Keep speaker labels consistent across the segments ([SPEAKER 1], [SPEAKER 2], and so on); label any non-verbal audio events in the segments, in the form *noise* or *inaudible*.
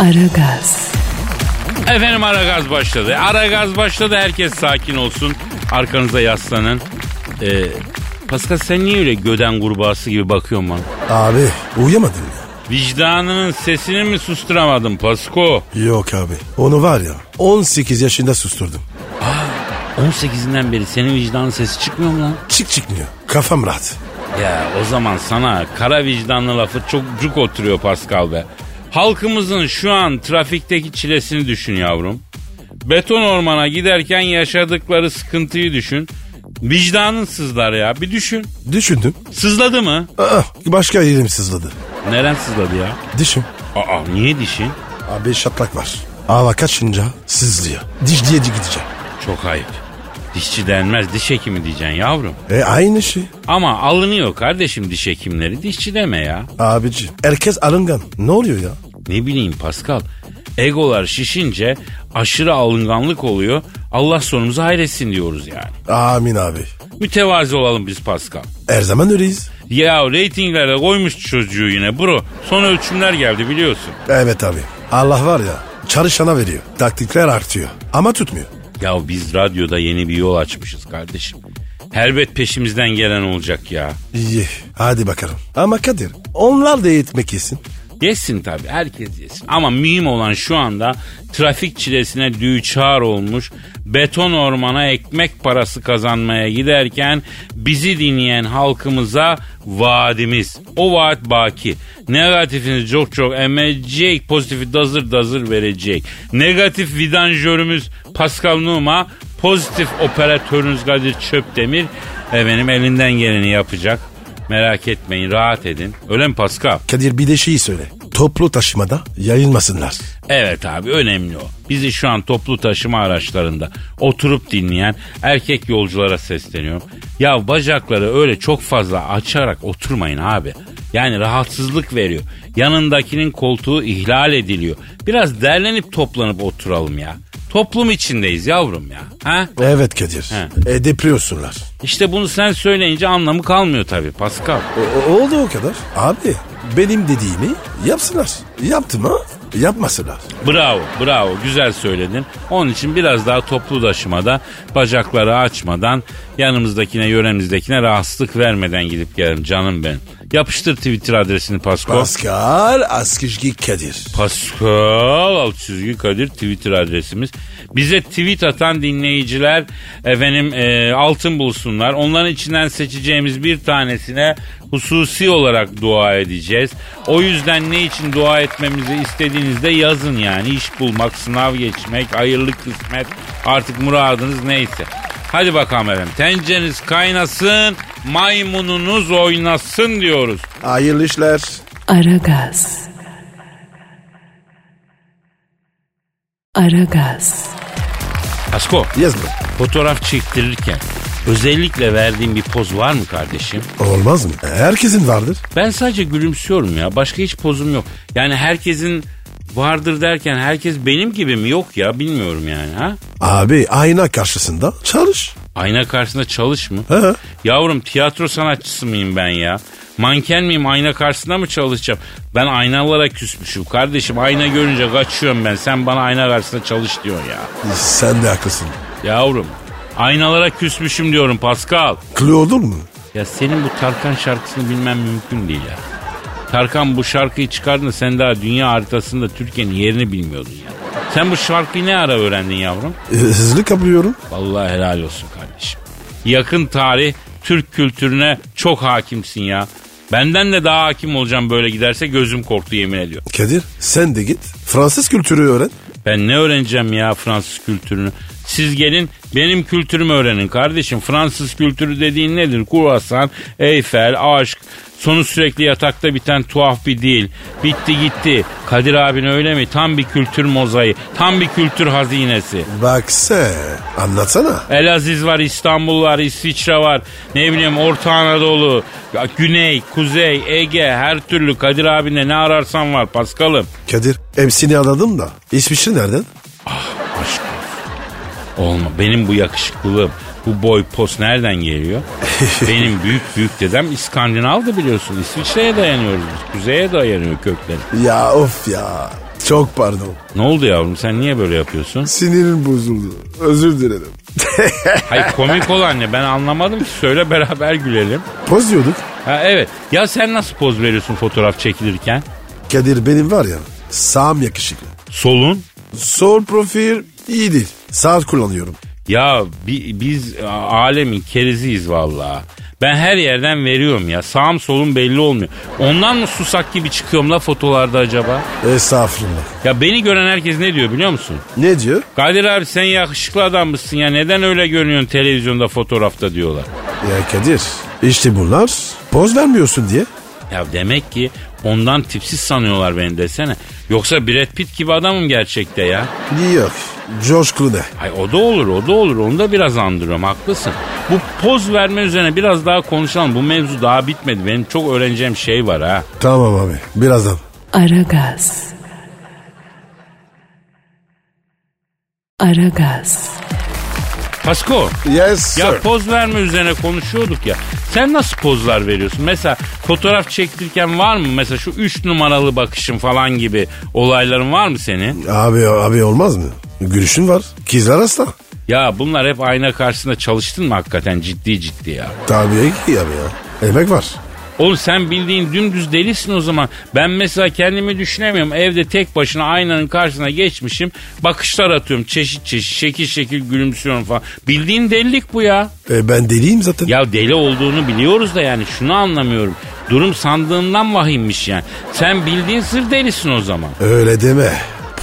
[SPEAKER 1] Aragaz,
[SPEAKER 2] Efendim ara gaz başladı. Ara gaz başladı herkes sakin olsun. Arkanıza yaslanın. Ee, Pascal sen niye öyle göden kurbağası gibi bakıyorsun bana?
[SPEAKER 3] Abi uyuyamadın ya.
[SPEAKER 2] Vicdanının sesini mi susturamadın Pasko?
[SPEAKER 3] Yok abi. Onu var ya 18 yaşında susturdum.
[SPEAKER 2] 18'inden beri senin vicdanın sesi çıkmıyor mu lan?
[SPEAKER 3] Çık çıkmıyor. Kafam rahat.
[SPEAKER 2] Ya o zaman sana kara vicdanlı lafı çok cuk oturuyor Pascal be. Halkımızın şu an trafikteki çilesini düşün yavrum. Beton ormana giderken yaşadıkları sıkıntıyı düşün. Vicdanın sızlar ya bir düşün.
[SPEAKER 3] Düşündüm.
[SPEAKER 2] Sızladı mı?
[SPEAKER 3] Aa, başka yerim sızladı.
[SPEAKER 2] Neren sızladı ya?
[SPEAKER 3] Dişim.
[SPEAKER 2] Aa niye dişin?
[SPEAKER 3] Abi şatlak var. Hava kaçınca sızlıyor. Diş diye gideceğim.
[SPEAKER 2] Çok ayıp. Dişçi denmez diş hekimi diyeceksin yavrum.
[SPEAKER 3] E aynı şey.
[SPEAKER 2] Ama alınıyor kardeşim diş hekimleri dişçi deme ya.
[SPEAKER 3] Abici. Herkes alıngan. Ne oluyor ya?
[SPEAKER 2] Ne bileyim Pascal. Egolar şişince aşırı alınganlık oluyor. Allah sonumuzu hayretsin diyoruz yani.
[SPEAKER 3] Amin abi.
[SPEAKER 2] Mütevazi olalım biz Pascal.
[SPEAKER 3] Her zaman öyleyiz.
[SPEAKER 2] Ya reytinglere koymuş çocuğu yine bro. Son ölçümler geldi biliyorsun.
[SPEAKER 3] Evet abi. Allah var ya çalışana veriyor. Taktikler artıyor. Ama tutmuyor.
[SPEAKER 2] Ya biz radyoda yeni bir yol açmışız kardeşim. Elbet peşimizden gelen olacak ya.
[SPEAKER 3] İyi. Hadi bakalım. Ama Kadir onlar da eğitmek yesin.
[SPEAKER 2] Yesin tabii herkes yesin. Ama mühim olan şu anda trafik çilesine düçar olmuş beton ormana ekmek parası kazanmaya giderken bizi dinleyen halkımıza vaadimiz. O vaat baki. Negatifini çok çok emecek, pozitifi dazır dazır verecek. Negatif vidanjörümüz Pascal Numa, pozitif operatörünüz Kadir Çöpdemir efendim elinden geleni yapacak. Merak etmeyin, rahat edin. Öyle mi Pascal?
[SPEAKER 3] Kadir bir de şeyi söyle. Toplu taşımada yayılmasınlar.
[SPEAKER 2] Evet abi önemli o. Bizi şu an toplu taşıma araçlarında oturup dinleyen erkek yolculara sesleniyorum. Ya bacakları öyle çok fazla açarak oturmayın abi. Yani rahatsızlık veriyor. Yanındakinin koltuğu ihlal ediliyor. Biraz derlenip toplanıp oturalım ya. Toplum içindeyiz yavrum ya. Ha?
[SPEAKER 3] Evet Kadir.
[SPEAKER 2] He.
[SPEAKER 3] E, depriyorsunlar.
[SPEAKER 2] İşte bunu sen söyleyince anlamı kalmıyor tabii Pascal.
[SPEAKER 3] O- E, o- oldu o kadar. Abi benim dediğimi yapsınlar. Yaptım ha? Yapmasınlar.
[SPEAKER 2] Bravo, bravo. Güzel söyledin. Onun için biraz daha toplu taşımada bacakları açmadan yanımızdakine, yöremizdekine rahatsızlık vermeden gidip gelelim canım benim. Yapıştır Twitter adresini Pasko.
[SPEAKER 3] Pascal Askışki Kadir.
[SPEAKER 2] Pascal alt çizgi Kadir Twitter adresimiz. Bize tweet atan dinleyiciler efendim e, altın bulsunlar. Onların içinden seçeceğimiz bir tanesine hususi olarak dua edeceğiz. O yüzden ne için dua etmemizi istediğinizde yazın yani. İş bulmak, sınav geçmek, hayırlı kısmet artık muradınız neyse. Hadi bakalım efendim. Tencereniz kaynasın, maymununuz oynasın diyoruz.
[SPEAKER 3] Hayırlı işler.
[SPEAKER 1] Aragaz. Aragaz,
[SPEAKER 2] Asko.
[SPEAKER 3] Yes bro.
[SPEAKER 2] Fotoğraf çektirirken özellikle verdiğin bir poz var mı kardeşim?
[SPEAKER 3] Olmaz mı? E, Herkesin vardır.
[SPEAKER 2] Ben sadece gülümsüyorum ya. Başka hiç pozum yok. Yani herkesin vardır derken herkes benim gibi mi? Yok ya bilmiyorum yani ha.
[SPEAKER 3] Abi ayna karşısında çalış.
[SPEAKER 2] Ayna karşısında çalış mı?
[SPEAKER 3] He.
[SPEAKER 2] Yavrum tiyatro sanatçısı mıyım ben ya? Manken miyim ayna karşısında mı çalışacağım? Ben aynalara küsmüşüm kardeşim. Ayna görünce kaçıyorum ben. Sen bana ayna karşısında çalış diyorsun ya.
[SPEAKER 3] Sen de haklısın.
[SPEAKER 2] Yavrum aynalara küsmüşüm diyorum Pascal.
[SPEAKER 3] Klı olur mu?
[SPEAKER 2] Ya senin bu Tarkan şarkısını bilmem mümkün değil ya. Tarkan bu şarkıyı çıkardığında sen daha dünya haritasında Türkiye'nin yerini bilmiyordun ya. Sen bu şarkıyı ne ara öğrendin yavrum?
[SPEAKER 3] E, Hızlı kapıyorum.
[SPEAKER 2] Vallahi helal olsun kardeşim. Yakın tarih Türk kültürüne çok hakimsin ya. Benden de daha hakim olacağım böyle giderse gözüm korktu yemin ediyorum.
[SPEAKER 3] Kadir sen de git. Fransız kültürü öğren.
[SPEAKER 2] Ben ne öğreneceğim ya Fransız kültürünü? Siz gelin benim kültürümü öğrenin kardeşim. Fransız kültürü dediğin nedir? Kruvasan, Eyfel, aşk, sonu sürekli yatakta biten tuhaf bir dil. Bitti gitti. Kadir abin öyle mi? Tam bir kültür mozaiği. Tam bir kültür hazinesi.
[SPEAKER 3] Bak sen anlatsana.
[SPEAKER 2] Elaziz var, İstanbul var, İsviçre var. Ne bileyim Orta Anadolu, ya Güney, Kuzey, Ege her türlü Kadir abinde ne ararsan var Paskal'ım.
[SPEAKER 3] Kadir hepsini anladım da İsviçre nereden?
[SPEAKER 2] Aşk olsun. Olma. Benim bu yakışıklılığım, bu boy pos nereden geliyor? Benim büyük büyük dedem İskandinav'dı biliyorsun. İsviçre'ye dayanıyoruz biz. Kuzeye dayanıyor kökleri.
[SPEAKER 3] Ya of ya çok pardon
[SPEAKER 2] Ne oldu yavrum sen niye böyle yapıyorsun?
[SPEAKER 3] sinirim bozuldu özür dilerim.
[SPEAKER 2] Hayır komik olan ne ben anlamadım ki söyle beraber gülelim.
[SPEAKER 3] Poz diyorduk.
[SPEAKER 2] Ha evet ya sen nasıl poz veriyorsun fotoğraf çekilirken?
[SPEAKER 3] Kadir benim var ya sağım yakışıklı.
[SPEAKER 2] Solun.
[SPEAKER 3] Sol profil iyi değil. Sağ kullanıyorum.
[SPEAKER 2] Ya bi- biz a- alemin keriziyiz vallahi. Ben her yerden veriyorum ya. Sağım solum belli olmuyor. Ondan mı susak gibi çıkıyorum la fotolarda acaba?
[SPEAKER 3] Estağfurullah.
[SPEAKER 2] Ya beni gören herkes ne diyor biliyor musun?
[SPEAKER 3] Ne diyor?
[SPEAKER 2] Kadir abi sen yakışıklı adam mısın ya neden öyle görünüyorsun televizyonda fotoğrafta diyorlar.
[SPEAKER 3] Ya Kadir işte bunlar poz vermiyorsun diye.
[SPEAKER 2] Ya demek ki ondan tipsiz sanıyorlar beni desene. Yoksa Brad Pitt gibi adamım gerçekte ya.
[SPEAKER 3] Yok. George Clooney.
[SPEAKER 2] Ay o da olur, o da olur. Onu da biraz andırıyorum, haklısın. Bu poz verme üzerine biraz daha konuşalım. Bu mevzu daha bitmedi. Benim çok öğreneceğim şey var ha.
[SPEAKER 3] Tamam abi birazdan.
[SPEAKER 1] Aragaz. Aragaz.
[SPEAKER 2] Pasko,
[SPEAKER 3] Yes sir.
[SPEAKER 2] ya poz verme üzerine konuşuyorduk ya. Sen nasıl pozlar veriyorsun? Mesela fotoğraf çektirirken var mı? Mesela şu üç numaralı bakışın falan gibi olayların var mı senin?
[SPEAKER 3] Abi abi olmaz mı? Gülüşün var. Kızlar asla.
[SPEAKER 2] Ya bunlar hep ayna karşısında çalıştın mı hakikaten ciddi ciddi ya?
[SPEAKER 3] Tabii ki abi ya. Emek var.
[SPEAKER 2] Oğlum sen bildiğin dümdüz delisin o zaman. Ben mesela kendimi düşünemiyorum. Evde tek başına aynanın karşısına geçmişim. Bakışlar atıyorum çeşit çeşit şekil şekil gülümsüyorum falan. Bildiğin delilik bu ya.
[SPEAKER 3] E, ben deliyim zaten.
[SPEAKER 2] Ya deli olduğunu biliyoruz da yani şunu anlamıyorum. Durum sandığından vahimmiş yani. Sen bildiğin sır delisin o zaman.
[SPEAKER 3] Öyle deme.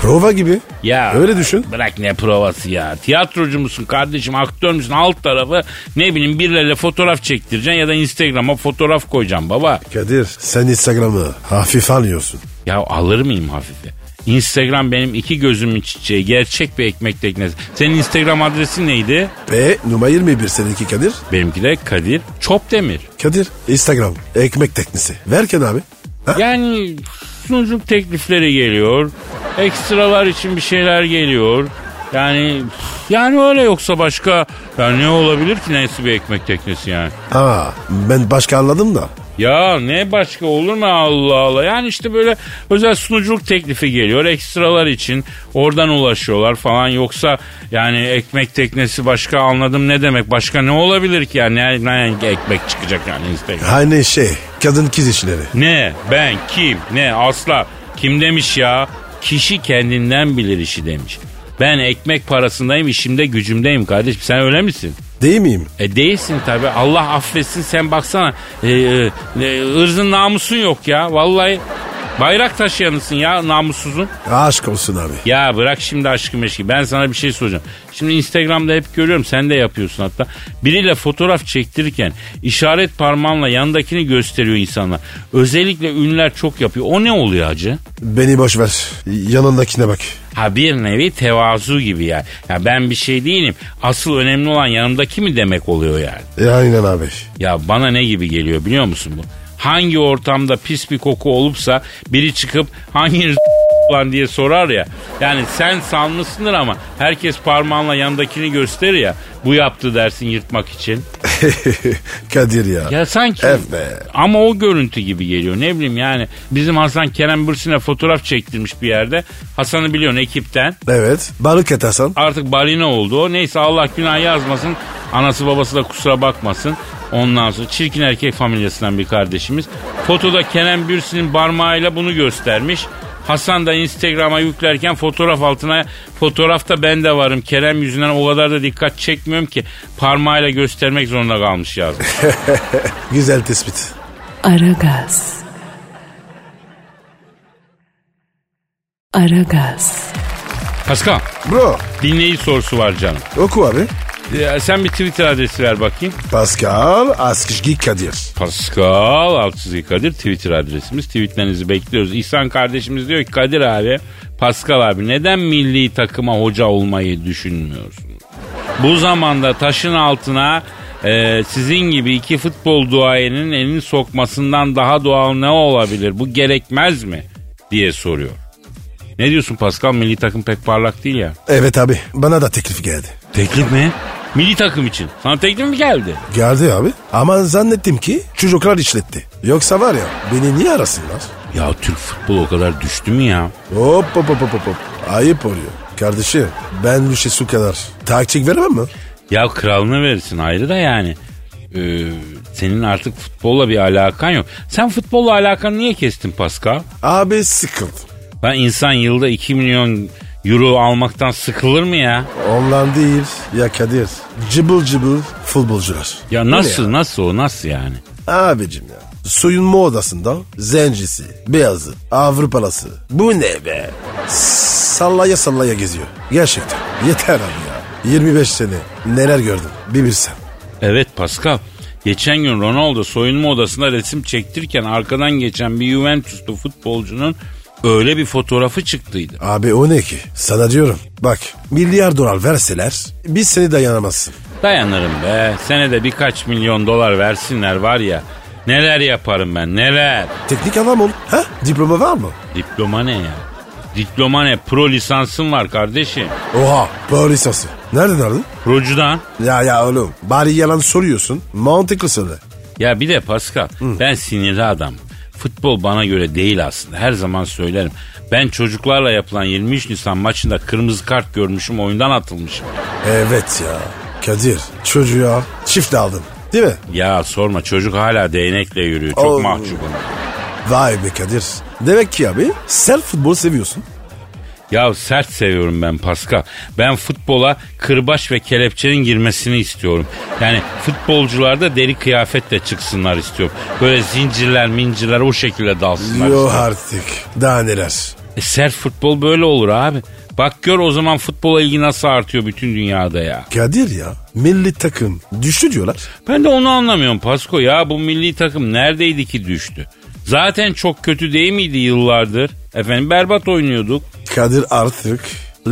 [SPEAKER 3] Prova gibi.
[SPEAKER 2] Ya
[SPEAKER 3] Öyle düşün.
[SPEAKER 2] Bırak ne provası ya. Tiyatrocu musun kardeşim, aktör müsün? Alt tarafı ne bileyim birileriyle fotoğraf çektireceksin ya da Instagram'a fotoğraf koyacaksın baba.
[SPEAKER 3] Kadir sen Instagram'ı hafif alıyorsun.
[SPEAKER 2] Ya alır mıyım hafife? Instagram benim iki gözümün çiçeği. Gerçek bir ekmek teknesi. Senin Instagram adresin neydi?
[SPEAKER 3] Ve numara 21 seninki Kadir.
[SPEAKER 2] Benimki de Kadir Çopdemir.
[SPEAKER 3] Kadir Instagram ekmek teknesi. Verken abi. Ha?
[SPEAKER 2] Yani sunuculuk teklifleri geliyor. Ekstralar için bir şeyler geliyor. Yani yani öyle yoksa başka ya ne olabilir ki neyse bir ekmek teknesi yani.
[SPEAKER 3] Aa, ben başka anladım da.
[SPEAKER 2] Ya ne başka olur mu Allah Allah? Yani işte böyle özel sunuculuk teklifi geliyor ekstralar için. Oradan ulaşıyorlar falan. Yoksa yani ekmek teknesi başka anladım ne demek? Başka ne olabilir ki yani? Ne, ne ekmek çıkacak yani Instagram?
[SPEAKER 3] Hani şey kadın kız işleri.
[SPEAKER 2] Ne? Ben? Kim? Ne? Asla. Kim demiş ya? Kişi kendinden bilir işi demiş. Ben ekmek parasındayım, işimde gücümdeyim kardeşim. Sen öyle misin?
[SPEAKER 3] Değil miyim?
[SPEAKER 2] E değilsin tabi. Allah affetsin sen baksana. E, e, e, ırzın namusun yok ya. Vallahi bayrak taşıyanısın ya namussuzun.
[SPEAKER 3] Aşk olsun abi.
[SPEAKER 2] Ya bırak şimdi aşkı meşki. Ben sana bir şey soracağım. Şimdi Instagram'da hep görüyorum. Sen de yapıyorsun hatta. Biriyle fotoğraf çektirirken işaret parmağınla yandakini gösteriyor insanlar. Özellikle ünlüler çok yapıyor. O ne oluyor acı?
[SPEAKER 3] Beni boş ver. Yanındakine bak.
[SPEAKER 2] Ha bir nevi tevazu gibi yani. Ya ben bir şey değilim. Asıl önemli olan yanımdaki mi demek oluyor yani?
[SPEAKER 3] E, aynen abi. *laughs*
[SPEAKER 2] Ya bana ne gibi geliyor biliyor musun bu? Hangi ortamda pis bir koku olupsa biri çıkıp hangi *laughs* lan diye sorar ya. Yani sen sanlısındır ama herkes parmağınla yandakini gösterir ya. Bu yaptı dersin yırtmak için.
[SPEAKER 3] Kadir ya.
[SPEAKER 2] Ya sanki
[SPEAKER 3] Evet.
[SPEAKER 2] ama o görüntü gibi geliyor. Ne bileyim yani bizim Hasan Kerem Bürsin'e fotoğraf çektirmiş bir yerde. Hasan'ı biliyorsun ekipten.
[SPEAKER 3] Evet. Balık atarsan.
[SPEAKER 2] Artık balina oldu o. Neyse Allah günah yazmasın. Anası babası da kusura bakmasın. Ondan sonra çirkin erkek familyasından bir kardeşimiz. Fotoda Kenan Bürsin'in parmağıyla bunu göstermiş. Hasan da Instagram'a yüklerken fotoğraf altına fotoğrafta ben de varım. Kerem yüzünden o kadar da dikkat çekmiyorum ki parmağıyla göstermek zorunda kalmış yazmış.
[SPEAKER 3] Güzel tespit.
[SPEAKER 1] Aragaz. Aragaz.
[SPEAKER 2] Pascal
[SPEAKER 3] Bro
[SPEAKER 2] dinleyici sorusu var canım.
[SPEAKER 3] oku abi.
[SPEAKER 2] Ee, sen bir Twitter adresi ver bakayım.
[SPEAKER 3] Pascal Askışgi Kadir.
[SPEAKER 2] Pascal Altçizgi Kadir Twitter adresimiz. Tweetlerinizi bekliyoruz. İhsan kardeşimiz diyor ki Kadir abi, Pascal abi neden milli takıma hoca olmayı düşünmüyorsunuz? Bu zamanda taşın altına e, sizin gibi iki futbol duayenin elini sokmasından daha doğal ne olabilir? Bu gerekmez mi? diye soruyor. Ne diyorsun Pascal? Milli takım pek parlak değil ya.
[SPEAKER 3] Evet abi bana da teklif geldi.
[SPEAKER 2] Teklif mi? Milli takım için. Sana teklif mi geldi?
[SPEAKER 3] Geldi abi ama zannettim ki çocuklar işletti. Yoksa var ya beni niye arasınlar?
[SPEAKER 2] Ya Türk futbolu o kadar düştü mü ya?
[SPEAKER 3] Hop hop hop hop hop. Ayıp oluyor. Kardeşim ben Lüşe su kadar taktik veremem mi?
[SPEAKER 2] Ya kralını verirsin ayrı da yani. Ee, senin artık futbolla bir alakan yok. Sen futbolla alakanı niye kestin Pascal?
[SPEAKER 3] Abi sıkıldı.
[SPEAKER 2] Ben insan yılda 2 milyon euro almaktan sıkılır mı ya?
[SPEAKER 3] Ondan değil ya Kadir. Cıbıl cıbıl futbolcular.
[SPEAKER 2] Ya nasıl nasıl o nasıl yani?
[SPEAKER 3] Abicim ya. Soyunma odasında zencisi, beyazı, Avrupalısı. Bu ne be? Sallaya sallaya geziyor. Gerçekten. Yeter abi ya. 25 sene neler gördüm bir bilsen.
[SPEAKER 2] Evet Pascal. Geçen gün Ronaldo soyunma odasında resim çektirirken arkadan geçen bir Juventuslu futbolcunun öyle bir fotoğrafı çıktıydı.
[SPEAKER 3] Abi o ne ki? Sana diyorum. Bak milyar dolar verseler biz seni dayanamazsın.
[SPEAKER 2] Dayanırım be. Senede birkaç milyon dolar versinler var ya. Neler yaparım ben neler.
[SPEAKER 3] Teknik adam ol. Ha? Diploma var mı?
[SPEAKER 2] Diploma ne ya? Diploma ne? Pro lisansın var kardeşim.
[SPEAKER 3] Oha. Polisası. Nereden aldın?
[SPEAKER 2] Procudan.
[SPEAKER 3] Ya ya oğlum. Bari yalan soruyorsun. Mantıklı söyle.
[SPEAKER 2] Ya bir de Pascal ben sinirli adam. Futbol bana göre değil aslında. Her zaman söylerim. Ben çocuklarla yapılan 23 Nisan maçında kırmızı kart görmüşüm oyundan atılmışım.
[SPEAKER 3] Evet ya. Kadir çocuğa çift aldın. Değil mi?
[SPEAKER 2] Ya sorma çocuk hala değnekle yürüyor. Çok
[SPEAKER 3] Oo.
[SPEAKER 2] mahcubum.
[SPEAKER 3] Vay be Kadir. Demek ki abi sen futbol seviyorsun.
[SPEAKER 2] Ya sert seviyorum ben Pascal. Ben futbola kırbaç ve kelepçenin girmesini istiyorum. Yani futbolcular da deri kıyafetle çıksınlar istiyorum. Böyle zincirler mincirler o şekilde dalsınlar.
[SPEAKER 3] Yo
[SPEAKER 2] istiyorum.
[SPEAKER 3] artık. Daha neler.
[SPEAKER 2] E sert futbol böyle olur abi. Bak gör o zaman futbola ilgi nasıl artıyor bütün dünyada ya.
[SPEAKER 3] Kadir ya milli takım düştü diyorlar.
[SPEAKER 2] Ben de onu anlamıyorum Pasko ya bu milli takım neredeydi ki düştü? Zaten çok kötü değil miydi yıllardır? Efendim berbat oynuyorduk.
[SPEAKER 3] Kadir artık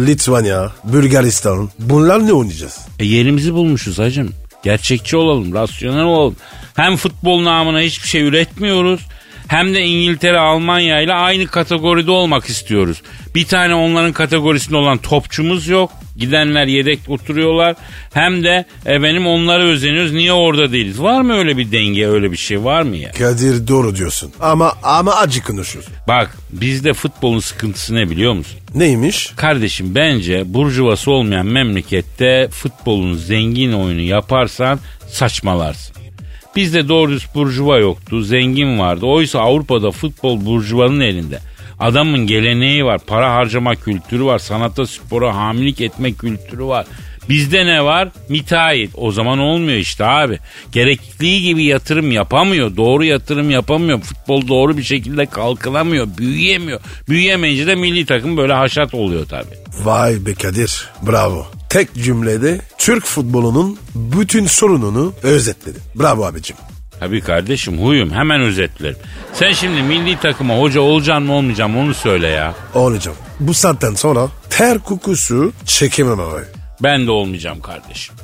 [SPEAKER 3] Litvanya, Bulgaristan bunlar ne oynayacağız?
[SPEAKER 2] E yerimizi bulmuşuz hacım. Gerçekçi olalım, rasyonel olalım. Hem futbol namına hiçbir şey üretmiyoruz. Hem de İngiltere, Almanya ile aynı kategoride olmak istiyoruz. Bir tane onların kategorisinde olan topçumuz yok. Gidenler yedek oturuyorlar. Hem de e, benim onlara özeniyoruz. Niye orada değiliz? Var mı öyle bir denge, öyle bir şey var mı ya?
[SPEAKER 3] Kadir doğru diyorsun ama ama acı konuşuyorsun.
[SPEAKER 2] Bak bizde futbolun sıkıntısı ne biliyor musun?
[SPEAKER 3] Neymiş?
[SPEAKER 2] Kardeşim bence burjuvası olmayan memlekette futbolun zengin oyunu yaparsan saçmalarsın. Bizde doğru dürüst burjuva yoktu, zengin vardı. Oysa Avrupa'da futbol burjuvanın elinde. Adamın geleneği var, para harcama kültürü var, sanata, spora hamilik etme kültürü var. Bizde ne var? Müteahhit. O zaman olmuyor işte abi. Gerektiği gibi yatırım yapamıyor. Doğru yatırım yapamıyor. Futbol doğru bir şekilde kalkınamıyor. Büyüyemiyor. Büyüyemeyince de milli takım böyle haşat oluyor tabii.
[SPEAKER 3] Vay be Kadir bravo. Tek cümlede Türk futbolunun bütün sorununu özetledi. Bravo abicim.
[SPEAKER 2] Tabii kardeşim huyum hemen özetlerim. Sen şimdi milli takıma hoca olacaksın mı olmayacaksın mı onu söyle ya.
[SPEAKER 3] Olacağım. Bu saatten sonra ter kokusu çekemem abi.
[SPEAKER 2] Ben de olmayacağım kardeşim.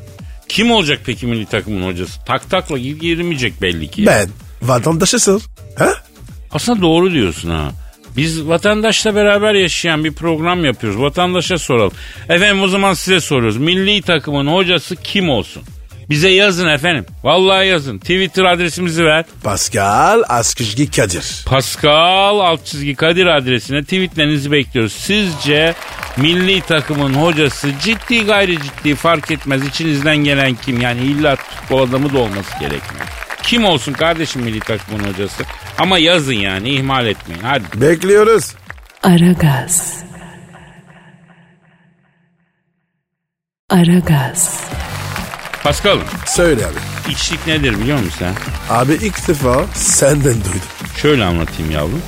[SPEAKER 2] Kim olacak peki milli takımın hocası? Tak takla gir- girmeyecek belli ki.
[SPEAKER 3] Ben vatandaşısın. Ha?
[SPEAKER 2] Aslında doğru diyorsun ha. Biz vatandaşla beraber yaşayan bir program yapıyoruz. Vatandaşa soralım. Efendim o zaman size soruyoruz. Milli takımın hocası kim olsun? Bize yazın efendim. Vallahi yazın. Twitter adresimizi ver.
[SPEAKER 3] Pascal Askışgi Kadir.
[SPEAKER 2] Pascal alt çizgi Kadir adresine tweetlerinizi bekliyoruz. Sizce milli takımın hocası ciddi gayri ciddi fark etmez. İçinizden gelen kim? Yani illa futbol adamı da olması gerekmiyor. Kim olsun kardeşim milli takımın hocası? Ama yazın yani ihmal etmeyin. Hadi.
[SPEAKER 3] Bekliyoruz.
[SPEAKER 1] Aragaz. Aragaz.
[SPEAKER 2] Paskal'ım
[SPEAKER 3] Söyle abi.
[SPEAKER 2] içlik nedir biliyor musun sen?
[SPEAKER 3] Abi ilk defa senden duydum.
[SPEAKER 2] Şöyle anlatayım yavrum.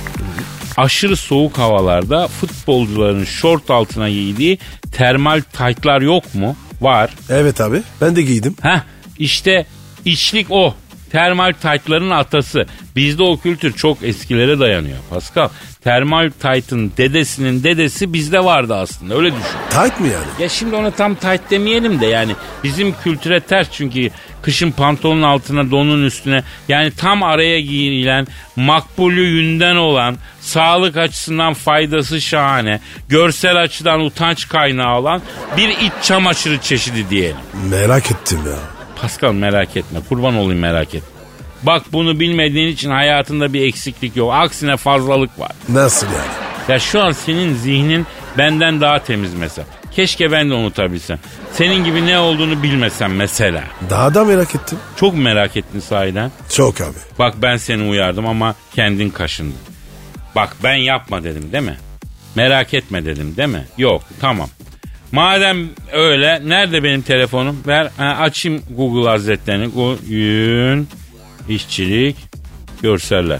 [SPEAKER 2] aşırı soğuk havalarda futbolcuların şort altına giydiği termal taytlar yok mu? Var.
[SPEAKER 3] Evet abi ben de giydim.
[SPEAKER 2] Heh işte içlik o. Termal taytların atası. Bizde o kültür çok eskilere dayanıyor Pascal. Termal taytın dedesinin dedesi bizde vardı aslında öyle düşün.
[SPEAKER 3] Tight mı yani?
[SPEAKER 2] Ya şimdi ona tam tayt demeyelim de yani bizim kültüre ters çünkü kışın pantolonun altına donun üstüne yani tam araya giyilen makbulü yünden olan sağlık açısından faydası şahane görsel açıdan utanç kaynağı olan bir iç çamaşırı çeşidi diyelim.
[SPEAKER 3] Merak ettim ya.
[SPEAKER 2] Pascal merak etme. Kurban olayım merak etme. Bak bunu bilmediğin için hayatında bir eksiklik yok. Aksine fazlalık var.
[SPEAKER 3] Nasıl yani?
[SPEAKER 2] Ya şu an senin zihnin benden daha temiz mesela. Keşke ben de unutabilsem. Senin gibi ne olduğunu bilmesem mesela.
[SPEAKER 3] Daha da merak ettim.
[SPEAKER 2] Çok merak ettin sahiden.
[SPEAKER 3] Çok abi.
[SPEAKER 2] Bak ben seni uyardım ama kendin kaşındın. Bak ben yapma dedim değil mi? Merak etme dedim değil mi? Yok tamam. Madem öyle nerede benim telefonum? Ver ha, açayım Google Hazretlerini. Oyun, işçilik, görseller.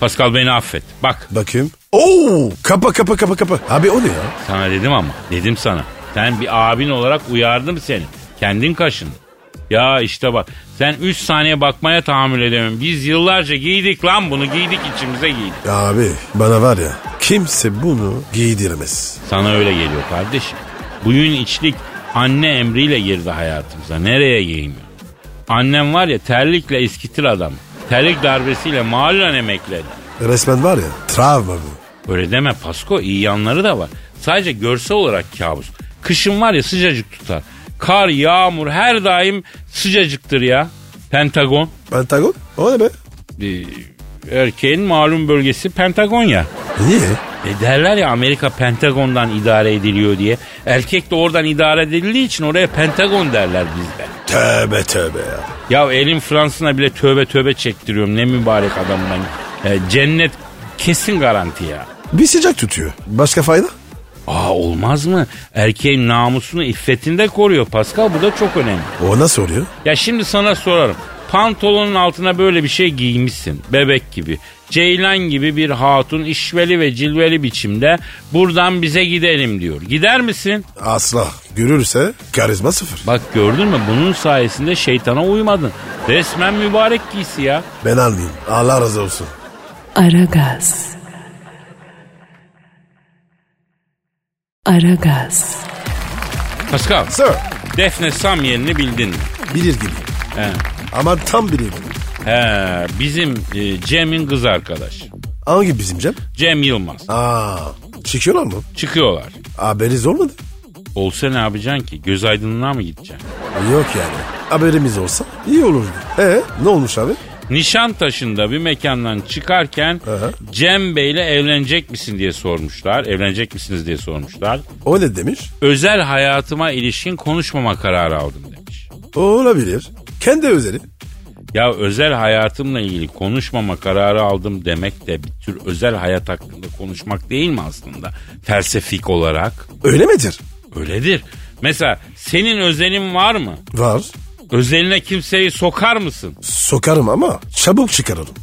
[SPEAKER 2] Pascal beni affet. Bak
[SPEAKER 3] Bakayım. Oo, kapa kapa kapa kapa. Abi o ne ya?
[SPEAKER 2] sana dedim ama dedim sana. Sen bir abin olarak uyardım seni. Kendin kaşındın. Ya işte bak sen 3 saniye bakmaya tahammül edemiyorum. Biz yıllarca giydik lan bunu giydik içimize giydik.
[SPEAKER 3] Abi bana var ya kimse bunu giydiremez.
[SPEAKER 2] Sana öyle geliyor kardeşim. Bugün içlik anne emriyle girdi hayatımıza. Nereye giymiyor? Annem var ya terlikle eskitir adam. Terlik darbesiyle mahallen emekledi.
[SPEAKER 3] Resmen var ya travma bu.
[SPEAKER 2] Öyle deme Pasko iyi yanları da var. Sadece görsel olarak kabus. Kışın var ya sıcacık tutar. Kar, yağmur her daim sıcacıktır ya. Pentagon.
[SPEAKER 3] Pentagon o ne be?
[SPEAKER 2] Ee, erkeğin malum bölgesi Pentagon ya.
[SPEAKER 3] Niye?
[SPEAKER 2] E derler ya Amerika Pentagon'dan idare ediliyor diye. Erkek de oradan idare edildiği için oraya Pentagon derler bizde.
[SPEAKER 3] Tövbe tövbe ya.
[SPEAKER 2] Ya elin Fransına bile tövbe tövbe çektiriyorum ne mübarek adamım ben. E, cennet kesin garanti ya.
[SPEAKER 3] Bir sıcak tutuyor. Başka fayda?
[SPEAKER 2] Aa olmaz mını Erkeğin namusunu iffetini de koruyor Pascal bu da çok önemli.
[SPEAKER 3] O nasıl oluyor?
[SPEAKER 2] Ya şimdi sana sorarım. Pantolonun altına böyle bir şey giymişsin. Bebek gibi. Ceylan gibi bir hatun işveli ve cilveli biçimde buradan bize gidelim diyor. Gider misin?
[SPEAKER 3] Asla. Görürse karizma sıfır.
[SPEAKER 2] Bak gördün mü bunun sayesinde şeytana uymadın. Resmen mübarek giysi ya.
[SPEAKER 3] Ben almayayım. Allah razı olsun.
[SPEAKER 1] Aragaz. Aragaz.
[SPEAKER 2] Pascal
[SPEAKER 3] Sir.
[SPEAKER 2] Defne Samyen'i bildin mi?
[SPEAKER 3] Bilir gibi.
[SPEAKER 2] He.
[SPEAKER 3] Ama tam biliyorum.
[SPEAKER 2] He, bizim e, Cem'in kız arkadaş.
[SPEAKER 3] Hangi bizim Cem?
[SPEAKER 2] Cem Yılmaz.
[SPEAKER 3] Aa, çıkıyorlar mı?
[SPEAKER 2] Çıkıyorlar.
[SPEAKER 3] Haberiniz olmadı.
[SPEAKER 2] Olsa ne yapacaksın ki? Göz aydınlığına mı gideceksin?
[SPEAKER 3] Yok yani. Haberimiz olsa iyi olurdu. E ne olmuş abi?
[SPEAKER 2] Nişantaşı'nda bir mekandan çıkarken
[SPEAKER 3] Aha.
[SPEAKER 2] Cem Bey'le evlenecek misin diye sormuşlar. Evlenecek misiniz diye sormuşlar.
[SPEAKER 3] O ne demiş?
[SPEAKER 2] Özel hayatıma ilişkin konuşmama kararı aldım demiş.
[SPEAKER 3] O olabilir. Kendi özeli.
[SPEAKER 2] Ya özel hayatımla ilgili konuşmama kararı aldım demek de bir tür özel hayat hakkında konuşmak değil mi aslında? Felsefik olarak
[SPEAKER 3] Öyle midir?
[SPEAKER 2] öyledir. Mesela senin özelin var mı?
[SPEAKER 3] Var.
[SPEAKER 2] Özeline kimseyi sokar mısın?
[SPEAKER 3] Sokarım ama çabuk çıkarırım.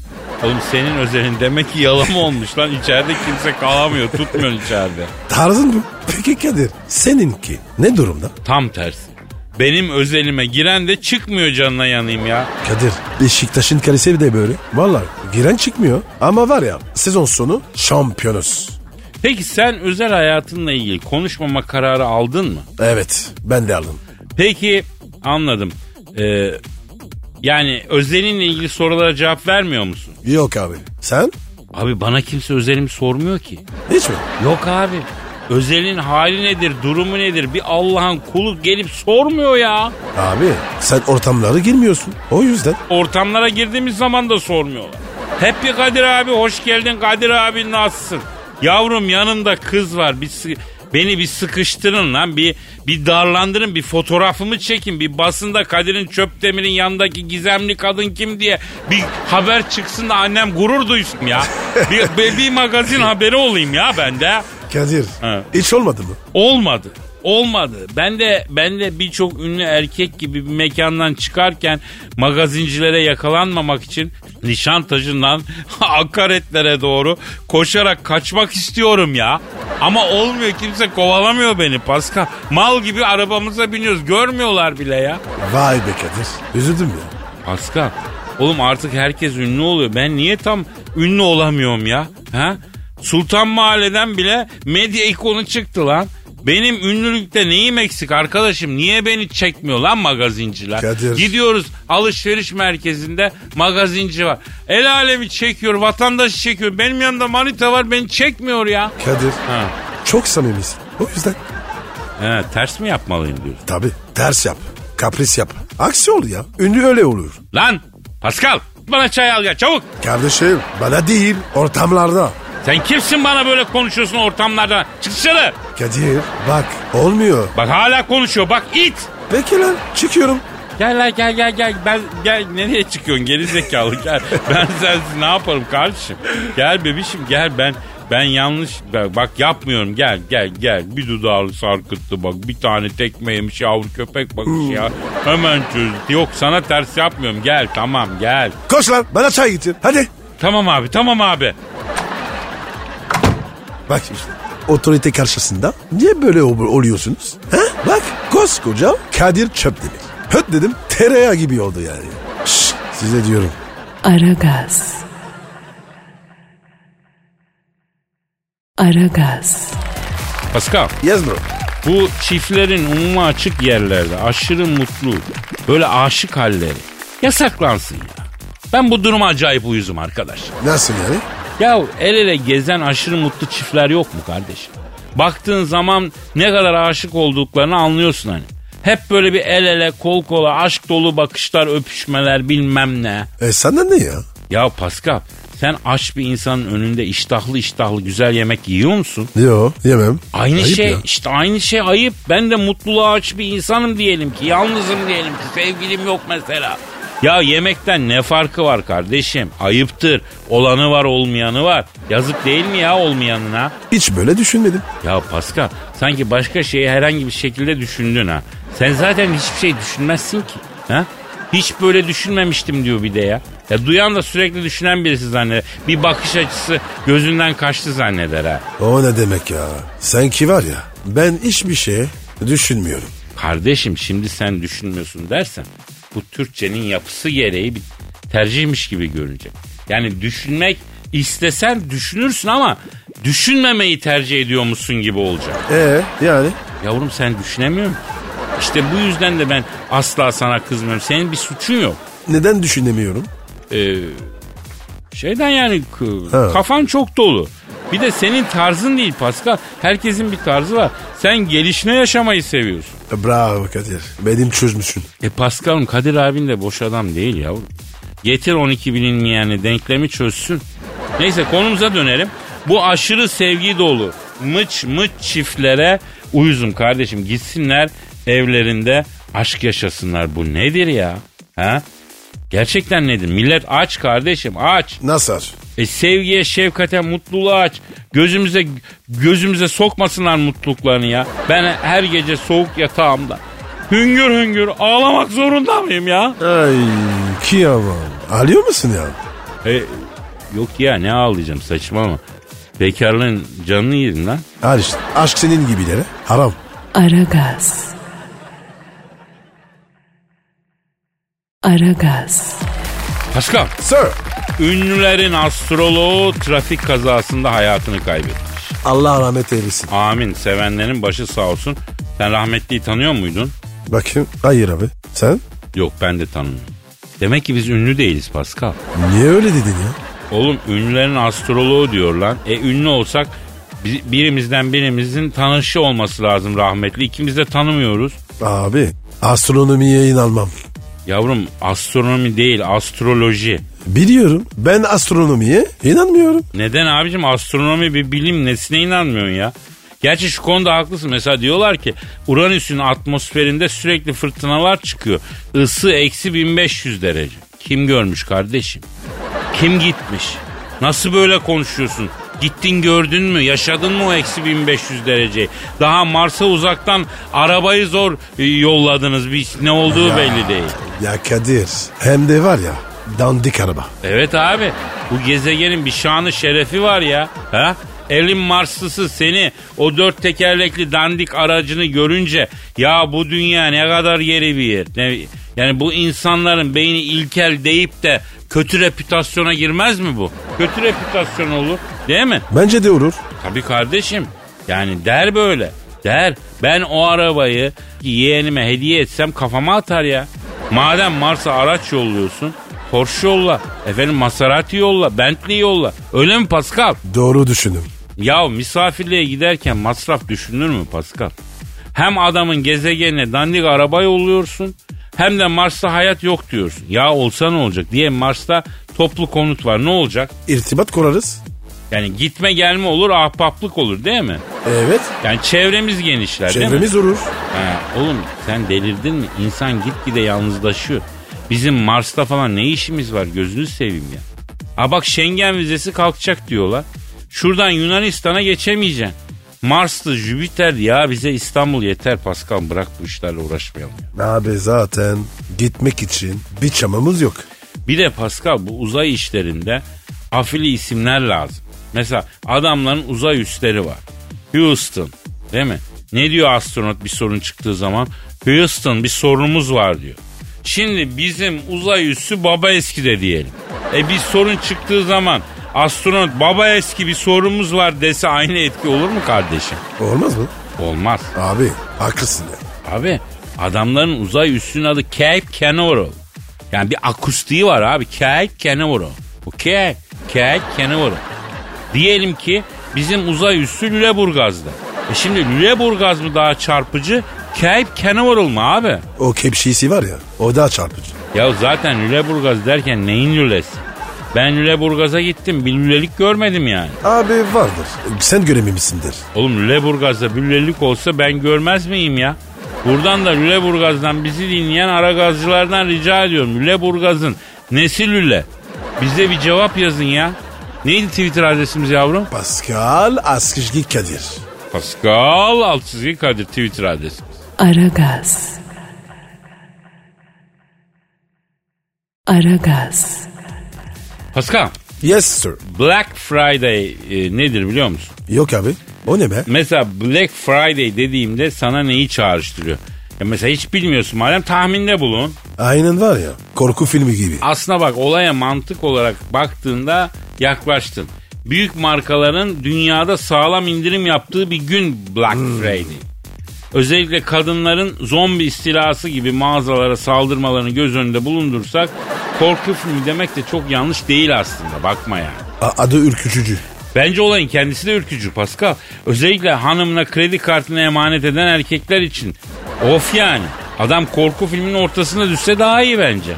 [SPEAKER 2] Oğlum senin özelin demek ki yalama olmuş lan. İçeride kimse kalamıyor. Tutmuyor içeride.
[SPEAKER 3] Tarzın bu. Peki Kadir seninki ne durumda?
[SPEAKER 2] Tam tersi. Benim özelime giren de çıkmıyor canına yanayım ya.
[SPEAKER 3] Kadir Beşiktaş'ın kalesi bir de böyle. Vallahi giren çıkmıyor ama var ya sezon sonu şampiyonuz.
[SPEAKER 2] Peki sen özel hayatınla ilgili konuşmama kararı aldın mı?
[SPEAKER 3] Evet ben de aldım.
[SPEAKER 2] Peki anladım. Ee, yani özelinle ilgili sorulara cevap vermiyor musun?
[SPEAKER 3] Yok abi. Sen?
[SPEAKER 2] Abi bana kimse özelimi sormuyor ki.
[SPEAKER 3] Hiç mi?
[SPEAKER 2] Yok abi. Özelin hali nedir, durumu nedir? Bir Allah'ın kulu gelip sormuyor ya.
[SPEAKER 3] Abi sen ortamlara girmiyorsun. O yüzden.
[SPEAKER 2] Ortamlara girdiğimiz zaman da sormuyorlar. Hep bir Kadir abi hoş geldin Kadir abi nasılsın? Yavrum yanımda kız var. Bir sı- beni bir sıkıştırın lan. Bir bir darlandırın. Bir fotoğrafımı çekin. Bir basında Kadir'in Çöptemir'in yanındaki gizemli kadın kim diye bir haber çıksın da annem gurur duysun ya. bir, bir, bir magazin haberi olayım ya bende.
[SPEAKER 3] Kadir
[SPEAKER 2] Ha.
[SPEAKER 3] hiç olmadı mı?
[SPEAKER 2] Olmadı. Olmadı. Ben de ben de birçok ünlü erkek gibi bir mekandan çıkarken magazincilere yakalanmamak için *laughs* Nişantaşı'ndan akaretlere doğru koşarak kaçmak istiyorum ya. Ama olmuyor kimse kovalamıyor beni Pascal. Mal gibi arabamıza biniyoruz görmüyorlar bile ya.
[SPEAKER 3] Vay be Kadir. Üzüldüm ya.
[SPEAKER 2] Pascal. Oğlum artık herkes ünlü oluyor. Ben niye tam ünlü olamıyorum ya? Ha? Sultan Mahalle'den bile medya ikonu çıktı lan. Benim ünlülükte neyim eksik arkadaşım? Niye beni çekmiyor lan magazinciler?
[SPEAKER 3] Kadir.
[SPEAKER 2] Gidiyoruz alışveriş merkezinde magazinci var. El alemi çekiyor, vatandaşı çekiyor. Benim yanımda manita var beni çekmiyor ya.
[SPEAKER 3] Kadir.
[SPEAKER 2] Ha,
[SPEAKER 3] Çok samimisin. O yüzden.
[SPEAKER 2] he, ters mi yapmalıyım diyorsun?
[SPEAKER 3] Tabi. Ters yap. Kapris yap. Aksi ol ya. Ünlü öyle olur.
[SPEAKER 2] Lan Pascal bana çay al ya çabuk.
[SPEAKER 3] Kardeşim bana değil ortamlarda.
[SPEAKER 2] Sen kimsin bana böyle konuşuyorsun ortamlarda? Çık dışarı.
[SPEAKER 3] Kadir bak olmuyor.
[SPEAKER 2] Bak hala konuşuyor bak it.
[SPEAKER 3] Peki lan çıkıyorum.
[SPEAKER 2] Gel lan gel gel gel. Ben gel nereye çıkıyorsun geri zekalı *laughs* gel. ben sensiz ne yaparım kardeşim? Gel bebişim gel ben ben yanlış bak, bak yapmıyorum gel gel gel bir dudağını sarkıttı bak bir tane tekme yemiş yavru köpek bakışı ya hemen çözdü yok sana ters yapmıyorum gel tamam gel
[SPEAKER 3] Koş lan bana çay getir hadi.
[SPEAKER 2] tamam abi tamam abi
[SPEAKER 3] Bak işte otorite karşısında niye böyle ol- oluyorsunuz? He? Bak koskoca Kadir Çöpdemir. Höt dedim tereyağı gibi oldu yani. Şşş, size diyorum.
[SPEAKER 1] Aragaz. Aragaz.
[SPEAKER 2] Pascal
[SPEAKER 3] Yes bro.
[SPEAKER 2] Bu çiftlerin umuma açık yerlerde aşırı mutlu, böyle aşık halleri yasaklansın ya. Ben bu duruma acayip uyuzum arkadaş.
[SPEAKER 3] Nasıl yani?
[SPEAKER 2] Ya el ele gezen aşırı mutlu çiftler yok mu kardeşim? Baktığın zaman ne kadar aşık olduklarını anlıyorsun hani. Hep böyle bir el ele kol kola aşk dolu bakışlar öpüşmeler bilmem ne.
[SPEAKER 3] E senden ne ya?
[SPEAKER 2] Ya Pascal sen aç bir insanın önünde iştahlı iştahlı güzel yemek yiyor musun?
[SPEAKER 3] Yo yemem.
[SPEAKER 2] Aynı
[SPEAKER 3] Ayıp
[SPEAKER 2] şey
[SPEAKER 3] ya.
[SPEAKER 2] işte aynı şey ayıp. Ben de mutluluğa aç bir insanım diyelim ki. Yalnızım diyelim ki. Sevgilim yok mesela. Ya yemekten ne farkı var kardeşim? Ayıptır. Olanı var olmayanı var. Yazık değil mi ya olmayanına?
[SPEAKER 3] Hiç böyle düşünmedim.
[SPEAKER 2] Ya Pascal sanki başka şeyi herhangi bir şekilde düşündün ha. Sen zaten hiçbir şey düşünmezsin ki. Ha? Hiç böyle düşünmemiştim diyor bir de ya. Ya duyan da sürekli düşünen birisi zanneder. Bir bakış açısı gözünden kaçtı zanneder ha.
[SPEAKER 3] O ne demek ya? Sen ki var ya ben hiçbir şey düşünmüyorum.
[SPEAKER 2] Kardeşim şimdi sen düşünmüyorsun dersen bu Türkçenin yapısı gereği bir tercihmiş gibi görünecek. Yani düşünmek istesen düşünürsün ama düşünmemeyi tercih ediyor musun gibi olacak.
[SPEAKER 3] E yani?
[SPEAKER 2] Yavrum sen düşünemiyor musun? İşte bu yüzden de ben asla sana kızmıyorum. Senin bir suçun yok.
[SPEAKER 3] Neden düşünemiyorum?
[SPEAKER 2] Ee, şeyden yani k-
[SPEAKER 3] Ha.
[SPEAKER 2] kafan çok dolu. Bir de senin tarzın değil Pascal. Herkesin bir tarzı var. Sen gelişine yaşamayı seviyorsun.
[SPEAKER 3] E, Bravo Kadir. Benim çözmüşsün.
[SPEAKER 2] E Pascal'ım Kadir abin de boş adam değil yavrum. Getir 12 bilinmeyeni denklemi çözsün. Neyse konumuza dönelim. Bu aşırı sevgi dolu mıç mıç çiftlere uyuzum kardeşim. Gitsinler evlerinde aşk yaşasınlar. Bu nedir ya? Ha? Gerçekten nedir? Millet aç kardeşim aç.
[SPEAKER 3] Nasar.
[SPEAKER 2] E sevgiye, şefkate, mutluluğa aç. Gözümüze gözümüze sokmasınlar mutluluklarını ya. Ben her gece soğuk yatağımda hüngür hüngür ağlamak zorunda mıyım ya?
[SPEAKER 3] Ay kıyamam. Alıyor musun ya?
[SPEAKER 2] E, yok ya ne ağlayacağım saçmalama. Bekarlığın canını yedin lan.
[SPEAKER 3] Al işte. Aşk senin gibilere. Haram.
[SPEAKER 1] Aragaz. Aragaz.
[SPEAKER 2] Pascal,
[SPEAKER 3] Sir.
[SPEAKER 2] ünlülerin astroloğu trafik kazasında hayatını kaybetmiş.
[SPEAKER 3] Allah rahmet eylesin.
[SPEAKER 2] Amin, sevenlerin başı sağ olsun. Sen rahmetliyi tanıyor muydun?
[SPEAKER 3] Bakayım. Hayır abi. Sen?
[SPEAKER 2] Yok ben de tanımıyorum. Demek ki biz ünlü değiliz Pascal.
[SPEAKER 3] Niye öyle dedin ya?
[SPEAKER 2] Oğlum ünlülerin astroloğu diyor lan. E ünlü olsak bi- birimizden birimizin tanışı olması lazım rahmetli. İkimiz de tanımıyoruz.
[SPEAKER 3] Abi astronomiye inanmam.
[SPEAKER 2] Yavrum astronomi değil astroloji.
[SPEAKER 3] Biliyorum. Ben astronomiye inanmıyorum.
[SPEAKER 2] Neden abicim astronomi bir bilim nesine inanmıyorsun ya? Gerçi şu konuda haklısın. Mesela diyorlar ki Uranüs'ün atmosferinde sürekli fırtınalar çıkıyor. Isı eksi 1500 derece. Kim görmüş kardeşim? Kim gitmiş? Nasıl böyle konuşuyorsun? Gittin gördün mü? Yaşadın mı o eksi 1500 dereceyi? Daha Mars'a uzaktan arabayı zor e, yolladınız. Biz ne olduğu belli değil.
[SPEAKER 3] Ya Kadir hem de var ya dandik araba.
[SPEAKER 2] Evet abi bu gezegenin bir şanı şerefi var ya. Ha? Elin Marslısı seni o dört tekerlekli dandik aracını görünce ya bu dünya ne kadar geri bir yer. Ne, yani bu insanların beyni ilkel deyip de kötü reputasyona girmez mi bu? Kötü reputasyon olur değil mi?
[SPEAKER 3] Bence de olur.
[SPEAKER 2] Tabii kardeşim. Yani der böyle. Der. Ben o arabayı yeğenime hediye etsem kafama atar ya. Madem Mars'a araç yolluyorsun. Porsche yolla. Efendim Maserati yolla. Bentley yolla. Öyle mi Pascal?
[SPEAKER 3] Doğru düşündüm.
[SPEAKER 2] Ya misafirliğe giderken masraf düşünür mü Pascal? Hem adamın gezegenine dandik araba yolluyorsun hem de Mars'ta hayat yok diyorsun. Ya olsa ne olacak? Diye Mars'ta toplu konut var ne olacak?
[SPEAKER 3] İrtibat kurarız.
[SPEAKER 2] Yani gitme gelme olur ahbaplık olur değil mi?
[SPEAKER 3] Evet.
[SPEAKER 2] Yani çevremiz genişler değil mi?
[SPEAKER 3] Çevremiz olur.
[SPEAKER 2] Ha, oğlum sen delirdin mi? İnsan gitgide yalnızlaşıyor. Bizim Mars'ta falan ne işimiz var gözünü seveyim ya. Ha bak Schengen vizesi kalkacak diyorlar. Şuradan Yunanistan'a geçemeyeceksin. Mars'tı Jüpiter ya bize İstanbul yeter Pascal bırak bu işlerle uğraşmayalım. ya.
[SPEAKER 3] Abi zaten gitmek için bir çamamız yok.
[SPEAKER 2] Bir de Pascal bu uzay işlerinde afili isimler lazım. Mesela adamların uzay üsleri var. Houston değil mi? Ne diyor astronot bir sorun çıktığı zaman? Houston bir sorunumuz var diyor. Şimdi bizim uzay üssü baba eski de diyelim. E bir sorun çıktığı zaman astronot baba eski bir sorunumuz var dese aynı etki olur mu kardeşim?
[SPEAKER 3] Olmaz mı?
[SPEAKER 2] Olmaz.
[SPEAKER 3] Abi haklısın ya.
[SPEAKER 2] Abi adamların uzay üssünün adı Cape Canaveral. Yani bir akustiği var abi. Cape Canaveral. Okey. Cape Canaveral. Diyelim ki bizim uzay üssü Lüleburgaz'da. E şimdi Lüleburgaz mı daha çarpıcı? Cape Canaveral mı abi?
[SPEAKER 3] O kepşisi var ya o daha çarpıcı.
[SPEAKER 2] Ya zaten Lüleburgaz derken neyin lülesi? Ben Lüleburgaz'a gittim. Bir lülelik görmedim yani.
[SPEAKER 3] Abi vardır. Sen görememişsindir.
[SPEAKER 2] Oğlum Lüleburgaz'da büllelik olsa ben görmez miyim ya? Buradan da Lüleburgaz'dan bizi dinleyen ara gazcılardan rica ediyorum. Lüleburgaz'ın nesi Lüle? Bize bir cevap yazın ya. Neydi Twitter adresimiz yavrum?
[SPEAKER 3] Pascal Askışgi Kadir.
[SPEAKER 2] Pascal Altçizgi Kadir Twitter adresimiz.
[SPEAKER 1] Aragaz. Aragaz.
[SPEAKER 2] Pascal,
[SPEAKER 3] Yes sir.
[SPEAKER 2] Black Friday e, nedir biliyor musun?
[SPEAKER 3] Yok abi. O ne be?
[SPEAKER 2] Mesela Black Friday dediğimde sana neyi çağrıştırıyor? Ya mesela hiç bilmiyorsun madem tahminde bulun.
[SPEAKER 3] Aynen var ya korku filmi gibi.
[SPEAKER 2] Aslına bak olaya mantık olarak baktığında yaklaştın. Büyük markaların dünyada sağlam indirim yaptığı bir gün Black Friday. Özellikle kadınların zombi istilası gibi mağazalara saldırmalarını göz önünde bulundursak korku filmi demek de çok yanlış değil aslında bakma yani.
[SPEAKER 3] A- adı ürkütücü.
[SPEAKER 2] Bence olayın kendisi de ürkücü Pascal. Özellikle hanımına kredi kartını emanet eden erkekler için. Of yani. Adam korku filminin ortasına düşse daha iyi bence.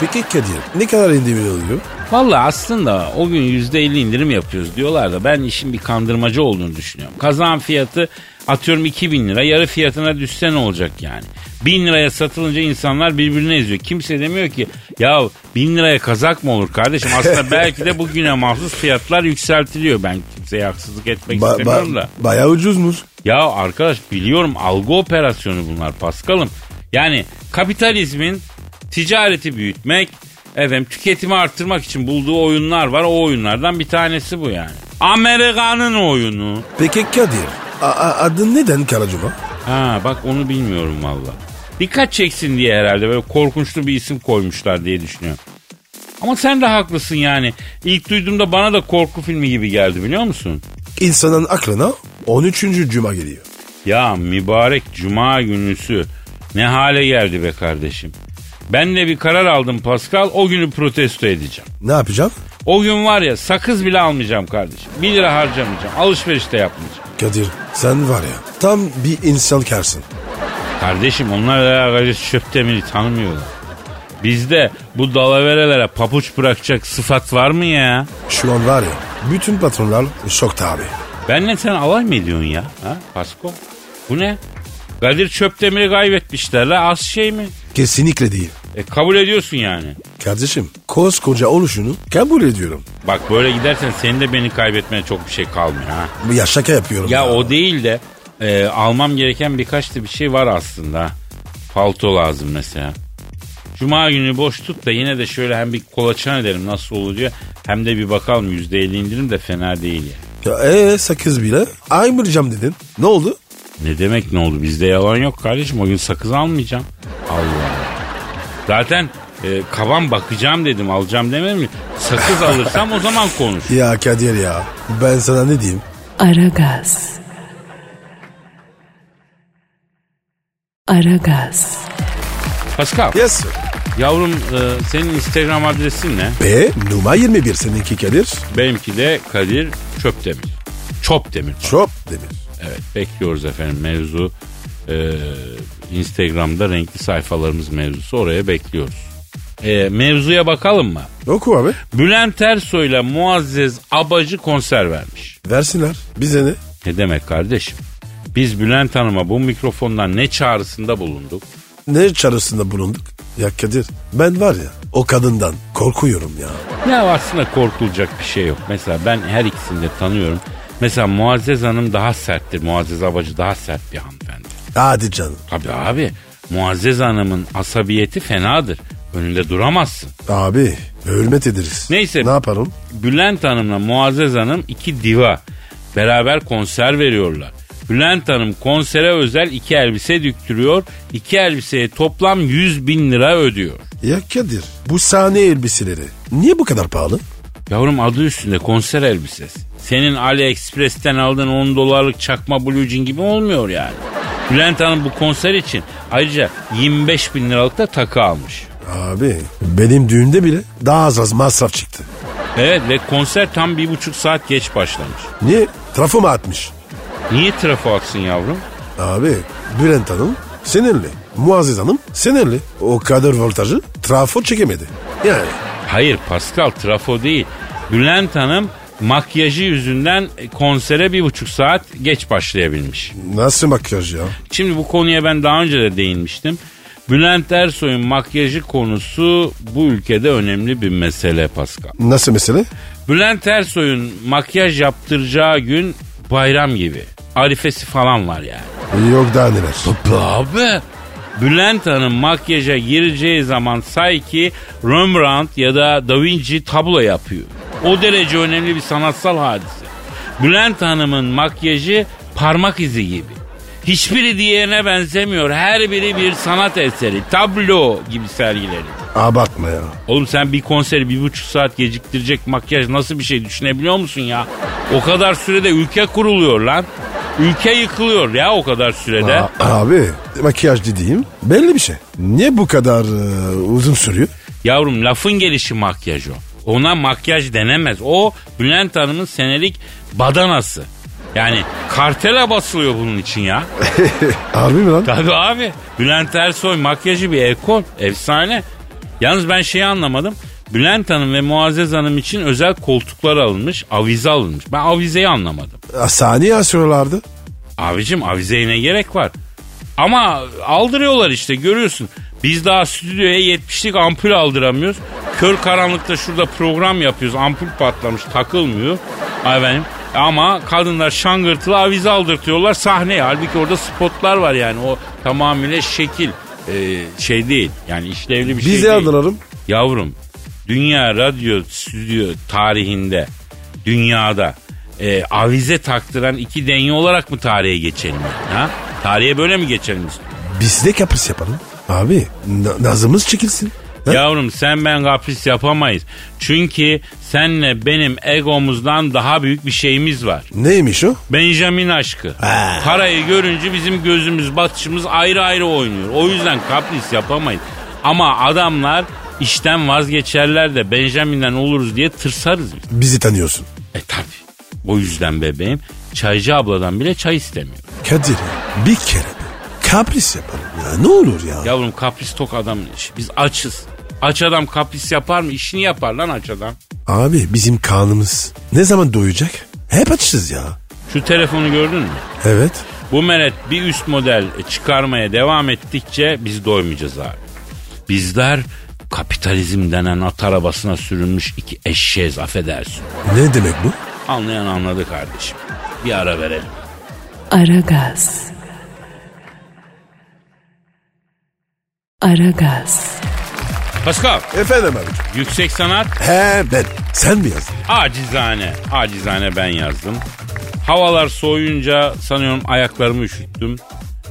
[SPEAKER 3] Peki Kadir ne kadar indirim oluyor?
[SPEAKER 2] Valla aslında o gün %50 indirim yapıyoruz diyorlar da ben işin bir kandırmacı olduğunu düşünüyorum. Kazan fiyatı atıyorum 2000 lira yarı fiyatına düşse ne olacak yani? 1000 liraya satılınca insanlar birbirini eziyor. Kimse demiyor ki ya 1000 liraya kazak mı olur kardeşim?
[SPEAKER 3] *laughs*
[SPEAKER 2] Aslında belki de bugüne mahsus fiyatlar yükseltiliyor. Ben kimseye haksızlık etmek
[SPEAKER 3] Ba-
[SPEAKER 2] istemiyorum
[SPEAKER 3] ba-
[SPEAKER 2] da.
[SPEAKER 3] bayağı ucuzmuş.
[SPEAKER 2] Ya arkadaş biliyorum algı operasyonu bunlar Paskal'ım. Yani kapitalizmin ticareti büyütmek, efendim tüketimi arttırmak için bulduğu oyunlar var. O oyunlardan bir tanesi bu yani. Amerika'nın oyunu.
[SPEAKER 3] Peki Kadir a- a- adı neden Karacuma?
[SPEAKER 2] Ha bak onu bilmiyorum valla. Dikkat çeksin diye herhalde böyle korkunçlu bir isim koymuşlar diye düşünüyorum. Ama sen de haklısın yani. İlk duyduğumda bana da korku filmi gibi geldi biliyor musun?
[SPEAKER 3] İnsanın aklına 13. cuma geliyor.
[SPEAKER 2] Ya mübarek cuma günüsü ne hale geldi be kardeşim. Ben de bir karar aldım Pascal o günü protesto edeceğim.
[SPEAKER 3] Ne yapacağım?
[SPEAKER 2] O gün var ya sakız bile almayacağım kardeşim. 1 lira harcamayacağım alışveriş de yapmayacağım.
[SPEAKER 3] Kadir sen var ya tam bir insan karsın.
[SPEAKER 2] Kardeşim onlar alakacı çöp demiri tanımıyorlar. Bizde bu dalaverelere papuç bırakacak sıfat var mı ya?
[SPEAKER 3] Şu an var ya bütün patronlar şokta abi.
[SPEAKER 2] Benle sen alay mı ediyorsun ya? Ha Pasko? Bu ne? Kadir Çöpdemir'i kaybetmişler la az şey mi?
[SPEAKER 3] Kesinlikle değil.
[SPEAKER 2] E, kabul ediyorsun yani.
[SPEAKER 3] Kardeşim koskoca oluşunu kabul ediyorum.
[SPEAKER 2] Bak böyle gidersen senin de beni kaybetmeye çok bir şey kalmıyor ha.
[SPEAKER 3] Ya şaka yapıyorum.
[SPEAKER 2] Ya o değil de e, almam gereken birkaç da bir şey var aslında. Palto lazım mesela. Cuma günü boş tut da yine de şöyle hem bir kolaçan edelim nasıl olur diyor. Hem de bir bakalım %50 indirim de fena değil yani.
[SPEAKER 3] Ya, ee, sakız bile. Aymayacağım dedin. Ne oldu?
[SPEAKER 2] Ne demek ne oldu bizde yalan yok kardeşim o gün sakız almayacağım. Allah Allah. Zaten e, kaban bakacağım dedim alacağım demedim mi? Sakız alırsam o zaman konuş.
[SPEAKER 3] Ya Kadir ya ben sana ne diyeyim?
[SPEAKER 1] Aragaz. Aragaz.
[SPEAKER 2] Pascal
[SPEAKER 3] Yes sir.
[SPEAKER 2] yavrum e, senin Instagram adresin ne?
[SPEAKER 3] Ve numara 21 seninki Kadir.
[SPEAKER 2] Benimki de Kadir Çöpdemir. Çopdemir.
[SPEAKER 3] Çok demir.
[SPEAKER 2] Evet bekliyoruz efendim mevzu. e, Instagram'da renkli sayfalarımız mevzusu oraya bekliyoruz. E, mevzuya bakalım mı?
[SPEAKER 3] Oku abi.
[SPEAKER 2] Bülent Ersoy'la Muazzez Abacı konser vermiş.
[SPEAKER 3] Versinler. Bize ne?
[SPEAKER 2] Ne demek kardeşim? Biz Bülent Hanım'a bu mikrofondan ne çağrısında bulunduk?
[SPEAKER 3] Ne çarısında bulunduk? Ya Kadir ben var ya o kadından korkuyorum ya.
[SPEAKER 2] Ne aslında korkulacak bir şey yok. Mesela ben her ikisini de tanıyorum. Mesela Muazzez Hanım daha serttir. Muazzez Abacı daha sert bir hanımefendi.
[SPEAKER 3] Hadi canım.
[SPEAKER 2] Tabii abi. Muazzez Hanım'ın asabiyeti fenadır. Önünde duramazsın.
[SPEAKER 3] Abi hürmet ederiz.
[SPEAKER 2] Neyse.
[SPEAKER 3] Ne yaparım?
[SPEAKER 2] Bülent Hanım'la Muazzez Hanım iki diva. Beraber konser veriyorlar. Bülent Hanım konsere özel iki elbise düktürüyor. İki elbiseye toplam 100 bin lira ödüyor.
[SPEAKER 3] Ya Kadir bu sahne elbiseleri niye bu kadar pahalı?
[SPEAKER 2] Yavrum adı üstünde konser elbisesi. Senin AliExpress'ten aldığın 10 dolarlık çakma blue jean gibi olmuyor yani. Bülent Hanım bu konser için ayrıca 25 bin liralık da takı almış.
[SPEAKER 3] Abi benim düğünde bile daha az az masraf çıktı.
[SPEAKER 2] Evet ve konser tam bir buçuk saat geç başlamış.
[SPEAKER 3] Niye? Trafo mu atmış?
[SPEAKER 2] Niye trafo atsın yavrum?
[SPEAKER 3] Abi Bülent Hanım sinirli. Muazzez Hanım sinirli. O kadar voltajı trafo çekemedi. Yani
[SPEAKER 2] Hayır Pascal trafo değil. Bülent Hanım makyajı yüzünden e, konsere bir buçuk saat geç başlayabilmiş.
[SPEAKER 3] nasıl makyaj ya?
[SPEAKER 2] Şimdi bu konuya ben daha önce de değinmiştim. Bülent Ersoy'un makyajı konusu bu ülkede önemli bir mesele Pascal.
[SPEAKER 3] Nasıl mesele?
[SPEAKER 2] Bülent Ersoy'un makyaj yaptıracağı gün bayram gibi. Arifesi falan var yani.
[SPEAKER 3] Yok daha neler.
[SPEAKER 2] Abi Bülent Hanım makyaja gireceği zaman sanki Rembrandt ya da Da Vinci tablo yapıyor. O derece önemli bir sanatsal hadise. Bülent Hanım'ın makyajı parmak izi gibi. Hiçbiri diğerine benzemiyor. Her biri bir sanat eseri, tablo gibi sergileri.
[SPEAKER 3] Abartma ya.
[SPEAKER 2] Oğlum sen bir konseri bir buçuk saat geciktirecek makyaj nasıl bir şey düşünebiliyor musun ya? O kadar sürede ülke kuruluyor lan. Ülke yıkılıyor ya o kadar sürede.
[SPEAKER 3] A- abi makyaj dediğim belli bir şey. Niye bu kadar e, uzun
[SPEAKER 2] *laughs*
[SPEAKER 3] sürüyor?
[SPEAKER 2] Yavrum lafın gelişi makyaj o. Ona makyaj denemez. O Bülent Hanım'ın senelik badanası. Yani kartela basılıyor bunun için ya.
[SPEAKER 3] Harbi mi lan?
[SPEAKER 2] Tabii abi. Bülent Ersoy makyajı bir ekol. Efsane. Yalnız ben şeyi anlamadım. Bülent Hanım ve Muazzez Hanım için özel koltuklar alınmış, avize alınmış. Ben avizeyi anlamadım.
[SPEAKER 3] A, Sahneye asıyorlardı.
[SPEAKER 2] Abicim avizeye ne gerek var? Ama aldırıyorlar işte görüyorsun. Biz daha stüdyoya 70'lik ampul aldıramıyoruz. Kör karanlıkta şurada program yapıyoruz. Ampul patlamış takılmıyor. Ay benim. Ama kadınlar şangırtılı avize aldırtıyorlar sahneye. Halbuki orada spotlar var yani. O tamamıyla şekil e, şey değil. Yani işlevli bir şey
[SPEAKER 3] Bizi
[SPEAKER 2] değil.
[SPEAKER 3] aldıralım.
[SPEAKER 2] Yavrum dünya radyo stüdyo tarihinde dünyada e, avize taktıran iki denye olarak mı tarihe geçelim? Ha? Tarihe böyle mi geçelim? biz?
[SPEAKER 3] Biz de kapris yapalım. Abi na- nazımız çekilsin. Ha?
[SPEAKER 2] Yavrum sen ben kapris yapamayız. Çünkü senle benim egomuzdan daha büyük bir şeyimiz var.
[SPEAKER 3] Neymiş o?
[SPEAKER 2] Benjamin aşkı. Parayı görünce bizim gözümüz batışımız ayrı ayrı oynuyor. O yüzden kapris yapamayız. Ama adamlar işten vazgeçerler de Benjamin'den oluruz diye tırsarız biz.
[SPEAKER 3] Bizi tanıyorsun.
[SPEAKER 2] E tabi. O yüzden bebeğim çaycı abladan bile çay istemiyor.
[SPEAKER 3] Kadir ya, bir kere bir kapris yapalım ya ne olur ya.
[SPEAKER 2] Yavrum kapris tok adamın işi. Biz açız. Aç adam kapris yapar mı? İşini yapar lan aç adam.
[SPEAKER 3] Abi bizim kanımız ne zaman doyacak? Hep açız ya.
[SPEAKER 2] Şu telefonu gördün mü?
[SPEAKER 3] Evet.
[SPEAKER 2] Bu meret bir üst model çıkarmaya devam ettikçe biz doymayacağız abi. Bizler kapitalizm denen at arabasına sürülmüş iki eşeğiz affedersin.
[SPEAKER 3] Ne demek bu?
[SPEAKER 2] Anlayan anladı kardeşim. Bir ara verelim.
[SPEAKER 1] Aragaz. Aragaz.
[SPEAKER 2] Pascal,
[SPEAKER 3] Efendim abi.
[SPEAKER 2] yüksek sanat
[SPEAKER 3] He ben. Sen mi yazdın?
[SPEAKER 2] acizane, acizane ben yazdım. Havalar soğuyunca sanıyorum ayaklarımı üşüttüm.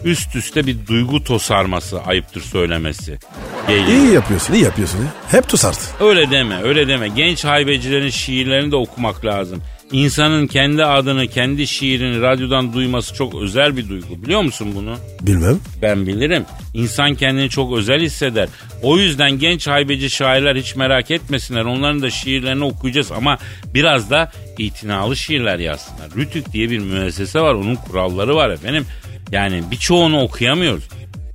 [SPEAKER 2] Üst üste bir duygu tosarması ayıptır söylemesi. Geliyor.
[SPEAKER 3] İyi yapıyorsun, iyi yapıyorsun. ya. Hep tusarsın.
[SPEAKER 2] Öyle deme, öyle deme. Genç haybecilerin şiirlerini de okumak lazım. İnsanın kendi adını, kendi şiirini radyodan duyması çok özel bir duygu. Biliyor musun bunu?
[SPEAKER 3] Bilmem.
[SPEAKER 2] Ben bilirim. İnsan kendini çok özel hisseder. O yüzden genç haybeci şairler hiç merak etmesinler. Onların da şiirlerini okuyacağız ama biraz da itinalı şiirler yazsınlar. Rütük diye bir müessese var. Onun kuralları var efendim. Yani birçoğunu okuyamıyoruz.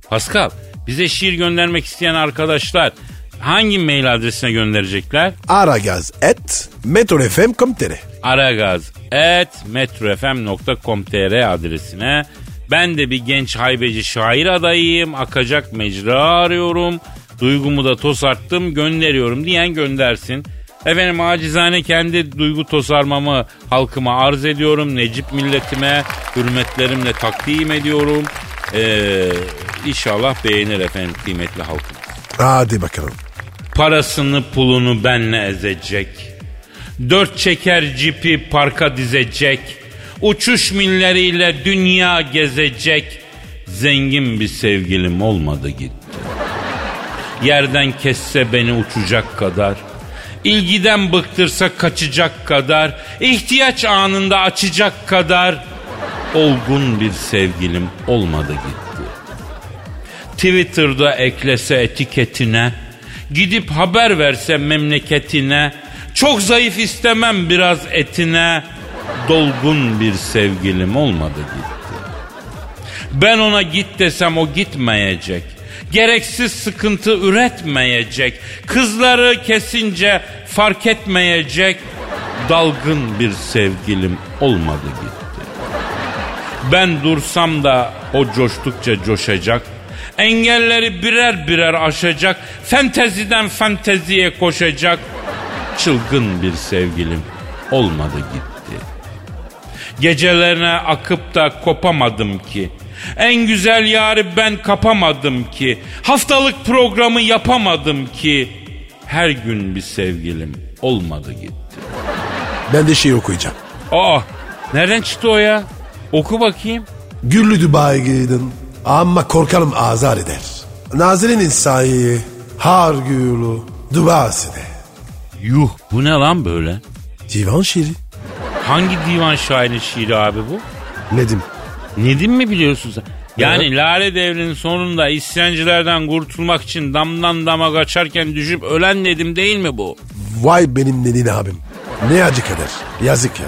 [SPEAKER 2] Pascal bize şiir göndermek isteyen arkadaşlar hangi mail adresine gönderecekler?
[SPEAKER 3] Aragaz et metrofm.com.tr
[SPEAKER 2] aragaz.metrofm.com.tr adresine. Ben de bir genç haybeci şair adayıyım. Akacak mecra arıyorum. Duygumu da tosarttım gönderiyorum diyen göndersin. Efendim acizane kendi duygu tosarmamı halkıma arz ediyorum. Necip milletime hürmetlerimle takdim ediyorum. Ee, inşallah beğenir efendim kıymetli halkım.
[SPEAKER 3] Hadi bakalım.
[SPEAKER 2] Parasını pulunu benle ezecek. Dört çeker cipi parka dizecek. Uçuş milleriyle dünya gezecek. Zengin bir sevgilim olmadı gitti. Yerden kesse beni uçacak kadar. ilgiden bıktırsa kaçacak kadar. ihtiyaç anında açacak kadar. Olgun bir sevgilim olmadı gitti. Twitter'da eklese etiketine, gidip haber verse memleketine, çok zayıf istemem biraz etine, dolgun bir sevgilim olmadı gitti. Ben ona git desem o gitmeyecek. Gereksiz sıkıntı üretmeyecek. Kızları kesince fark etmeyecek. Dalgın bir sevgilim olmadı gitti. Ben dursam da o coştukça coşacak. Engelleri birer birer aşacak. Fenteziden fenteziye koşacak. Çılgın bir sevgilim olmadı gitti. Gecelerine akıp da kopamadım ki. En güzel yarı ben kapamadım ki. Haftalık programı yapamadım ki. Her gün bir sevgilim olmadı gitti.
[SPEAKER 3] Ben de şiir okuyacağım.
[SPEAKER 2] Aa nereden çıktı o ya? Oku bakayım.
[SPEAKER 3] Güllü Dubai'ye gidin. Ama korkarım azar eder. Nazirin insayı har güllü Dubai'sine.
[SPEAKER 2] Yuh bu ne lan böyle?
[SPEAKER 3] Divan şiiri.
[SPEAKER 2] Hangi divan şairi şiiri abi bu?
[SPEAKER 3] Nedim.
[SPEAKER 2] Nedim mi biliyorsun sen? Yani Lale Devri'nin sonunda isyancılardan kurtulmak için damdan dama kaçarken düşüp ölen Nedim değil mi bu?
[SPEAKER 3] Vay benim Nedin abim. Ne acı kadar. Yazık ya.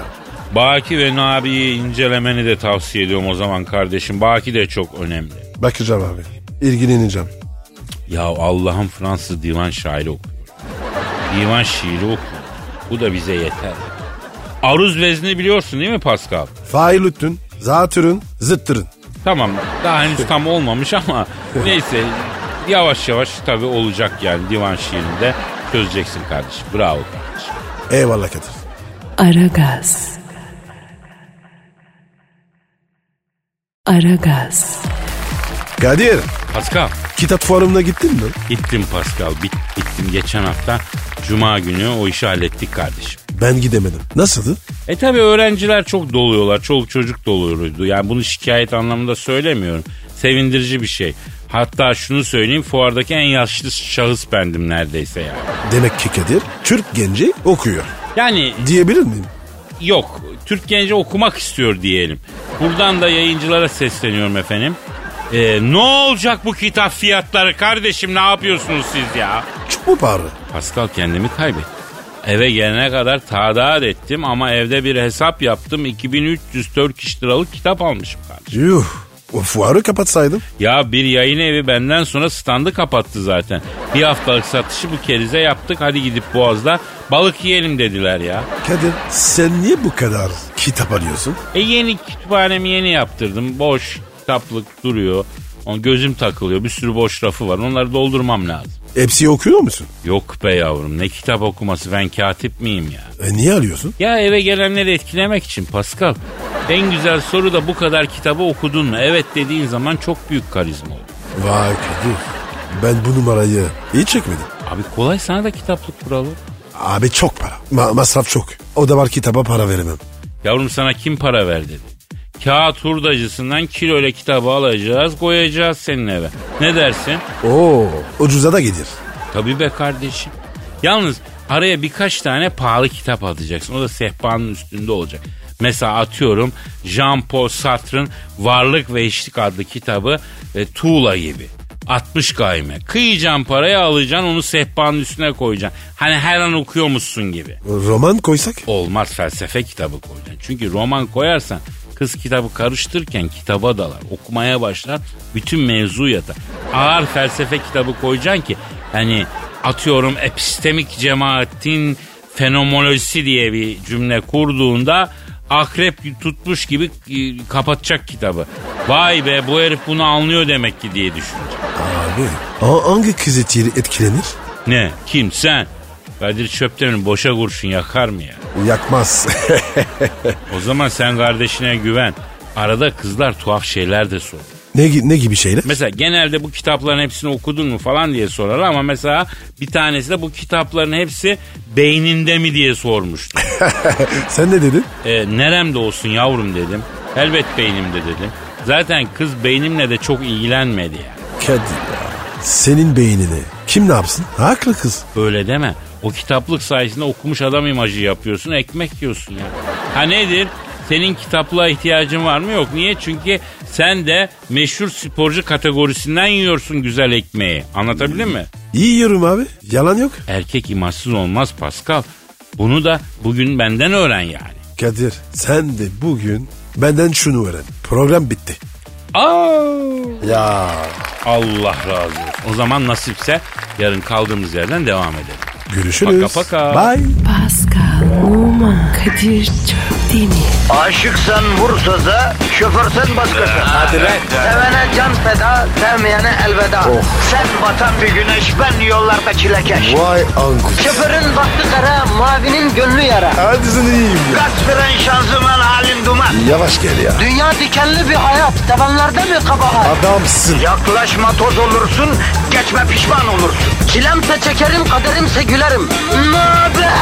[SPEAKER 2] Baki ve Nabi'yi incelemeni de tavsiye ediyorum o zaman kardeşim. Baki de çok önemli.
[SPEAKER 3] Bakacağım abi. İlgileneceğim.
[SPEAKER 2] Ya Allah'ım Fransız divan şairi okuyor. Divan şiiri okuyor. Bu da bize yeter. Aruz vezni biliyorsun değil mi Pascal?
[SPEAKER 3] Fail üttün, zatürün, zıttırın.
[SPEAKER 2] Tamam daha henüz tam olmamış ama neyse yavaş yavaş tabii olacak yani divan şiirinde çözeceksin kardeşim. Bravo kardeşim.
[SPEAKER 3] Eyvallah Kadir.
[SPEAKER 1] Aragaz. Aragaz.
[SPEAKER 3] Kadir,
[SPEAKER 2] Pascal
[SPEAKER 3] kitap fuarına gittin mi?
[SPEAKER 2] gittim Pascal bit, gittim geçen hafta cuma günü o işi hallettik kardeşim.
[SPEAKER 3] Ben gidemedim. Nasıldı?
[SPEAKER 2] E tabi öğrenciler çok doluyorlar. Çoluk çocuk doluyordu. Yani bunu şikayet anlamında söylemiyorum. Sevindirici bir şey. Hatta şunu söyleyeyim fuardaki en yaşlı şahıs bendim neredeyse yani.
[SPEAKER 3] Demek ki Kadir, Türk genci okuyor.
[SPEAKER 2] Yani
[SPEAKER 3] Diyebilir miyim?
[SPEAKER 2] yok. Türk genci okumak istiyor diyelim. Buradan da yayıncılara sesleniyorum efendim. Ee, ne olacak bu kitap fiyatları kardeşim ne yapıyorsunuz siz ya?
[SPEAKER 3] Çok mu pahalı?
[SPEAKER 2] Pascal kendimi kaybettim. Eve gelene kadar tadaat ettim ama evde bir hesap yaptım. 2300 Turkish liralık kitap almışım kardeşim.
[SPEAKER 3] Yuh. O fuarı kapatsaydım.
[SPEAKER 2] Ya bir yayın evi benden sonra standı kapattı zaten. Bir haftalık satışı bu kerize yaptık. Hadi gidip Boğaz'da balık yiyelim dediler ya.
[SPEAKER 3] Kadir, sen niye bu kadar kitap alıyorsun?
[SPEAKER 2] E yeni kütüphanemi yeni yaptırdım. Boş kitaplık duruyor. On gözüm takılıyor. Bir sürü boş rafı var. Onları doldurmam lazım.
[SPEAKER 3] Hepsi okuyor musun?
[SPEAKER 2] Yok be yavrum ne kitap okuması ben katip miyim ya?
[SPEAKER 3] E niye arıyorsun?
[SPEAKER 2] Ya eve gelenleri etkilemek için Pascal. En güzel soru da bu kadar kitabı okudun mu? Evet dediğin zaman çok büyük karizma olur.
[SPEAKER 3] Vay Kadir. Ben bu numarayı iyi çekmedim.
[SPEAKER 2] Abi kolay sana da kitaplık kuralı.
[SPEAKER 3] Abi çok para. Ma- masraf çok. O da var kitaba para veremem.
[SPEAKER 2] Yavrum sana kim para ver dedi. Kağıt hurdacısından kilo ile kitabı alacağız koyacağız senin eve. Ne dersin?
[SPEAKER 3] Oo ucuza da gelir.
[SPEAKER 2] Tabii be kardeşim. Yalnız araya birkaç tane pahalı kitap atacaksın. O da sehpanın üstünde olacak. Mesela atıyorum Jean-Paul Sartre'ın Varlık ve Eşlik adlı kitabı ve Tuğla gibi. 60 gayme. Kıyacaksın parayı alacaksın onu sehpanın üstüne koyacaksın. Hani her an okuyormuşsun gibi.
[SPEAKER 3] Roman koysak?
[SPEAKER 2] Olmaz felsefe kitabı koyacaksın. Çünkü roman koyarsan kız kitabı karıştırırken kitaba dalar. Okumaya başlar. Bütün mevzu yatar. Ağır felsefe kitabı koyacaksın ki hani atıyorum epistemik cemaatin fenomenolojisi diye bir cümle kurduğunda akrep tutmuş gibi e, kapatacak kitabı. Vay be bu herif bunu anlıyor demek ki diye düşünecek.
[SPEAKER 3] Abi ha- hangi kız eti etkilenir?
[SPEAKER 2] Ne? Kim? Sen? Kadir Çöptemir boşa kurşun yakar mı ya?
[SPEAKER 3] Yakmaz. *laughs*
[SPEAKER 2] O zaman sen kardeşine güven. Arada kızlar tuhaf şeyler de soruyor.
[SPEAKER 3] ne, gi- ne gibi şeyler?
[SPEAKER 2] Mesela genelde bu kitapların hepsini okudun mu falan diye sorar ama mesela bir tanesi de bu kitapların hepsi beyninde mi diye sormuştu.
[SPEAKER 3] Sen ne dedin?
[SPEAKER 2] e, neremde olsun yavrum dedim. Elbet beynimde dedim. Zaten kız beynimle de çok ilgilenmedi ya.
[SPEAKER 3] Kadir ya. Senin beynini kim ne yapsın? Haklı kız.
[SPEAKER 2] Öyle deme. O kitaplık sayesinde okumuş adam imajı yapıyorsun, ekmek yiyorsun ya. Ha nedir? Senin kitaplığa ihtiyacın var mı? Yok. Niye? Çünkü sen de meşhur sporcu kategorisinden yiyorsun güzel ekmeği. Anlatabildim mi?
[SPEAKER 3] İyi yiyorum abi. Yalan yok.
[SPEAKER 2] Erkek imajsız olmaz Pascal. Bunu da bugün benden öğren yani.
[SPEAKER 3] Kadir sen de bugün benden şunu öğren. Program bitti.
[SPEAKER 2] Aa!
[SPEAKER 3] Ya
[SPEAKER 2] Allah razı olsun. O zaman nasipse yarın kaldığımız yerden devam edelim.
[SPEAKER 3] görüşürüz.
[SPEAKER 2] Paka paka.
[SPEAKER 3] Bye.
[SPEAKER 1] Pascal, Oman, Kadir çok değil mi?
[SPEAKER 4] Aşıksan vursa da, şoförsen başkasın. Hadi Sevene can feda, sevmeyene elveda. Sen batan bir güneş, ben yollarda çilekeş.
[SPEAKER 3] Vay anku.
[SPEAKER 4] Şoförün baktı kara, mavinin gönlü yara.
[SPEAKER 3] Hadi sen iyiyim ya.
[SPEAKER 4] Kasperen şanzıman halin duman.
[SPEAKER 3] Yavaş gel ya.
[SPEAKER 4] Dünya dikenli bir hayat, sevenlerde mi kabahar?
[SPEAKER 3] Adamsın.
[SPEAKER 4] Yaklaşma toz olursun, geçme pişman olursun. Çilemse çekerim, kaderimse gülerim. Möber!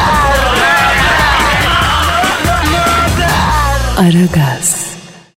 [SPEAKER 1] Aragaz.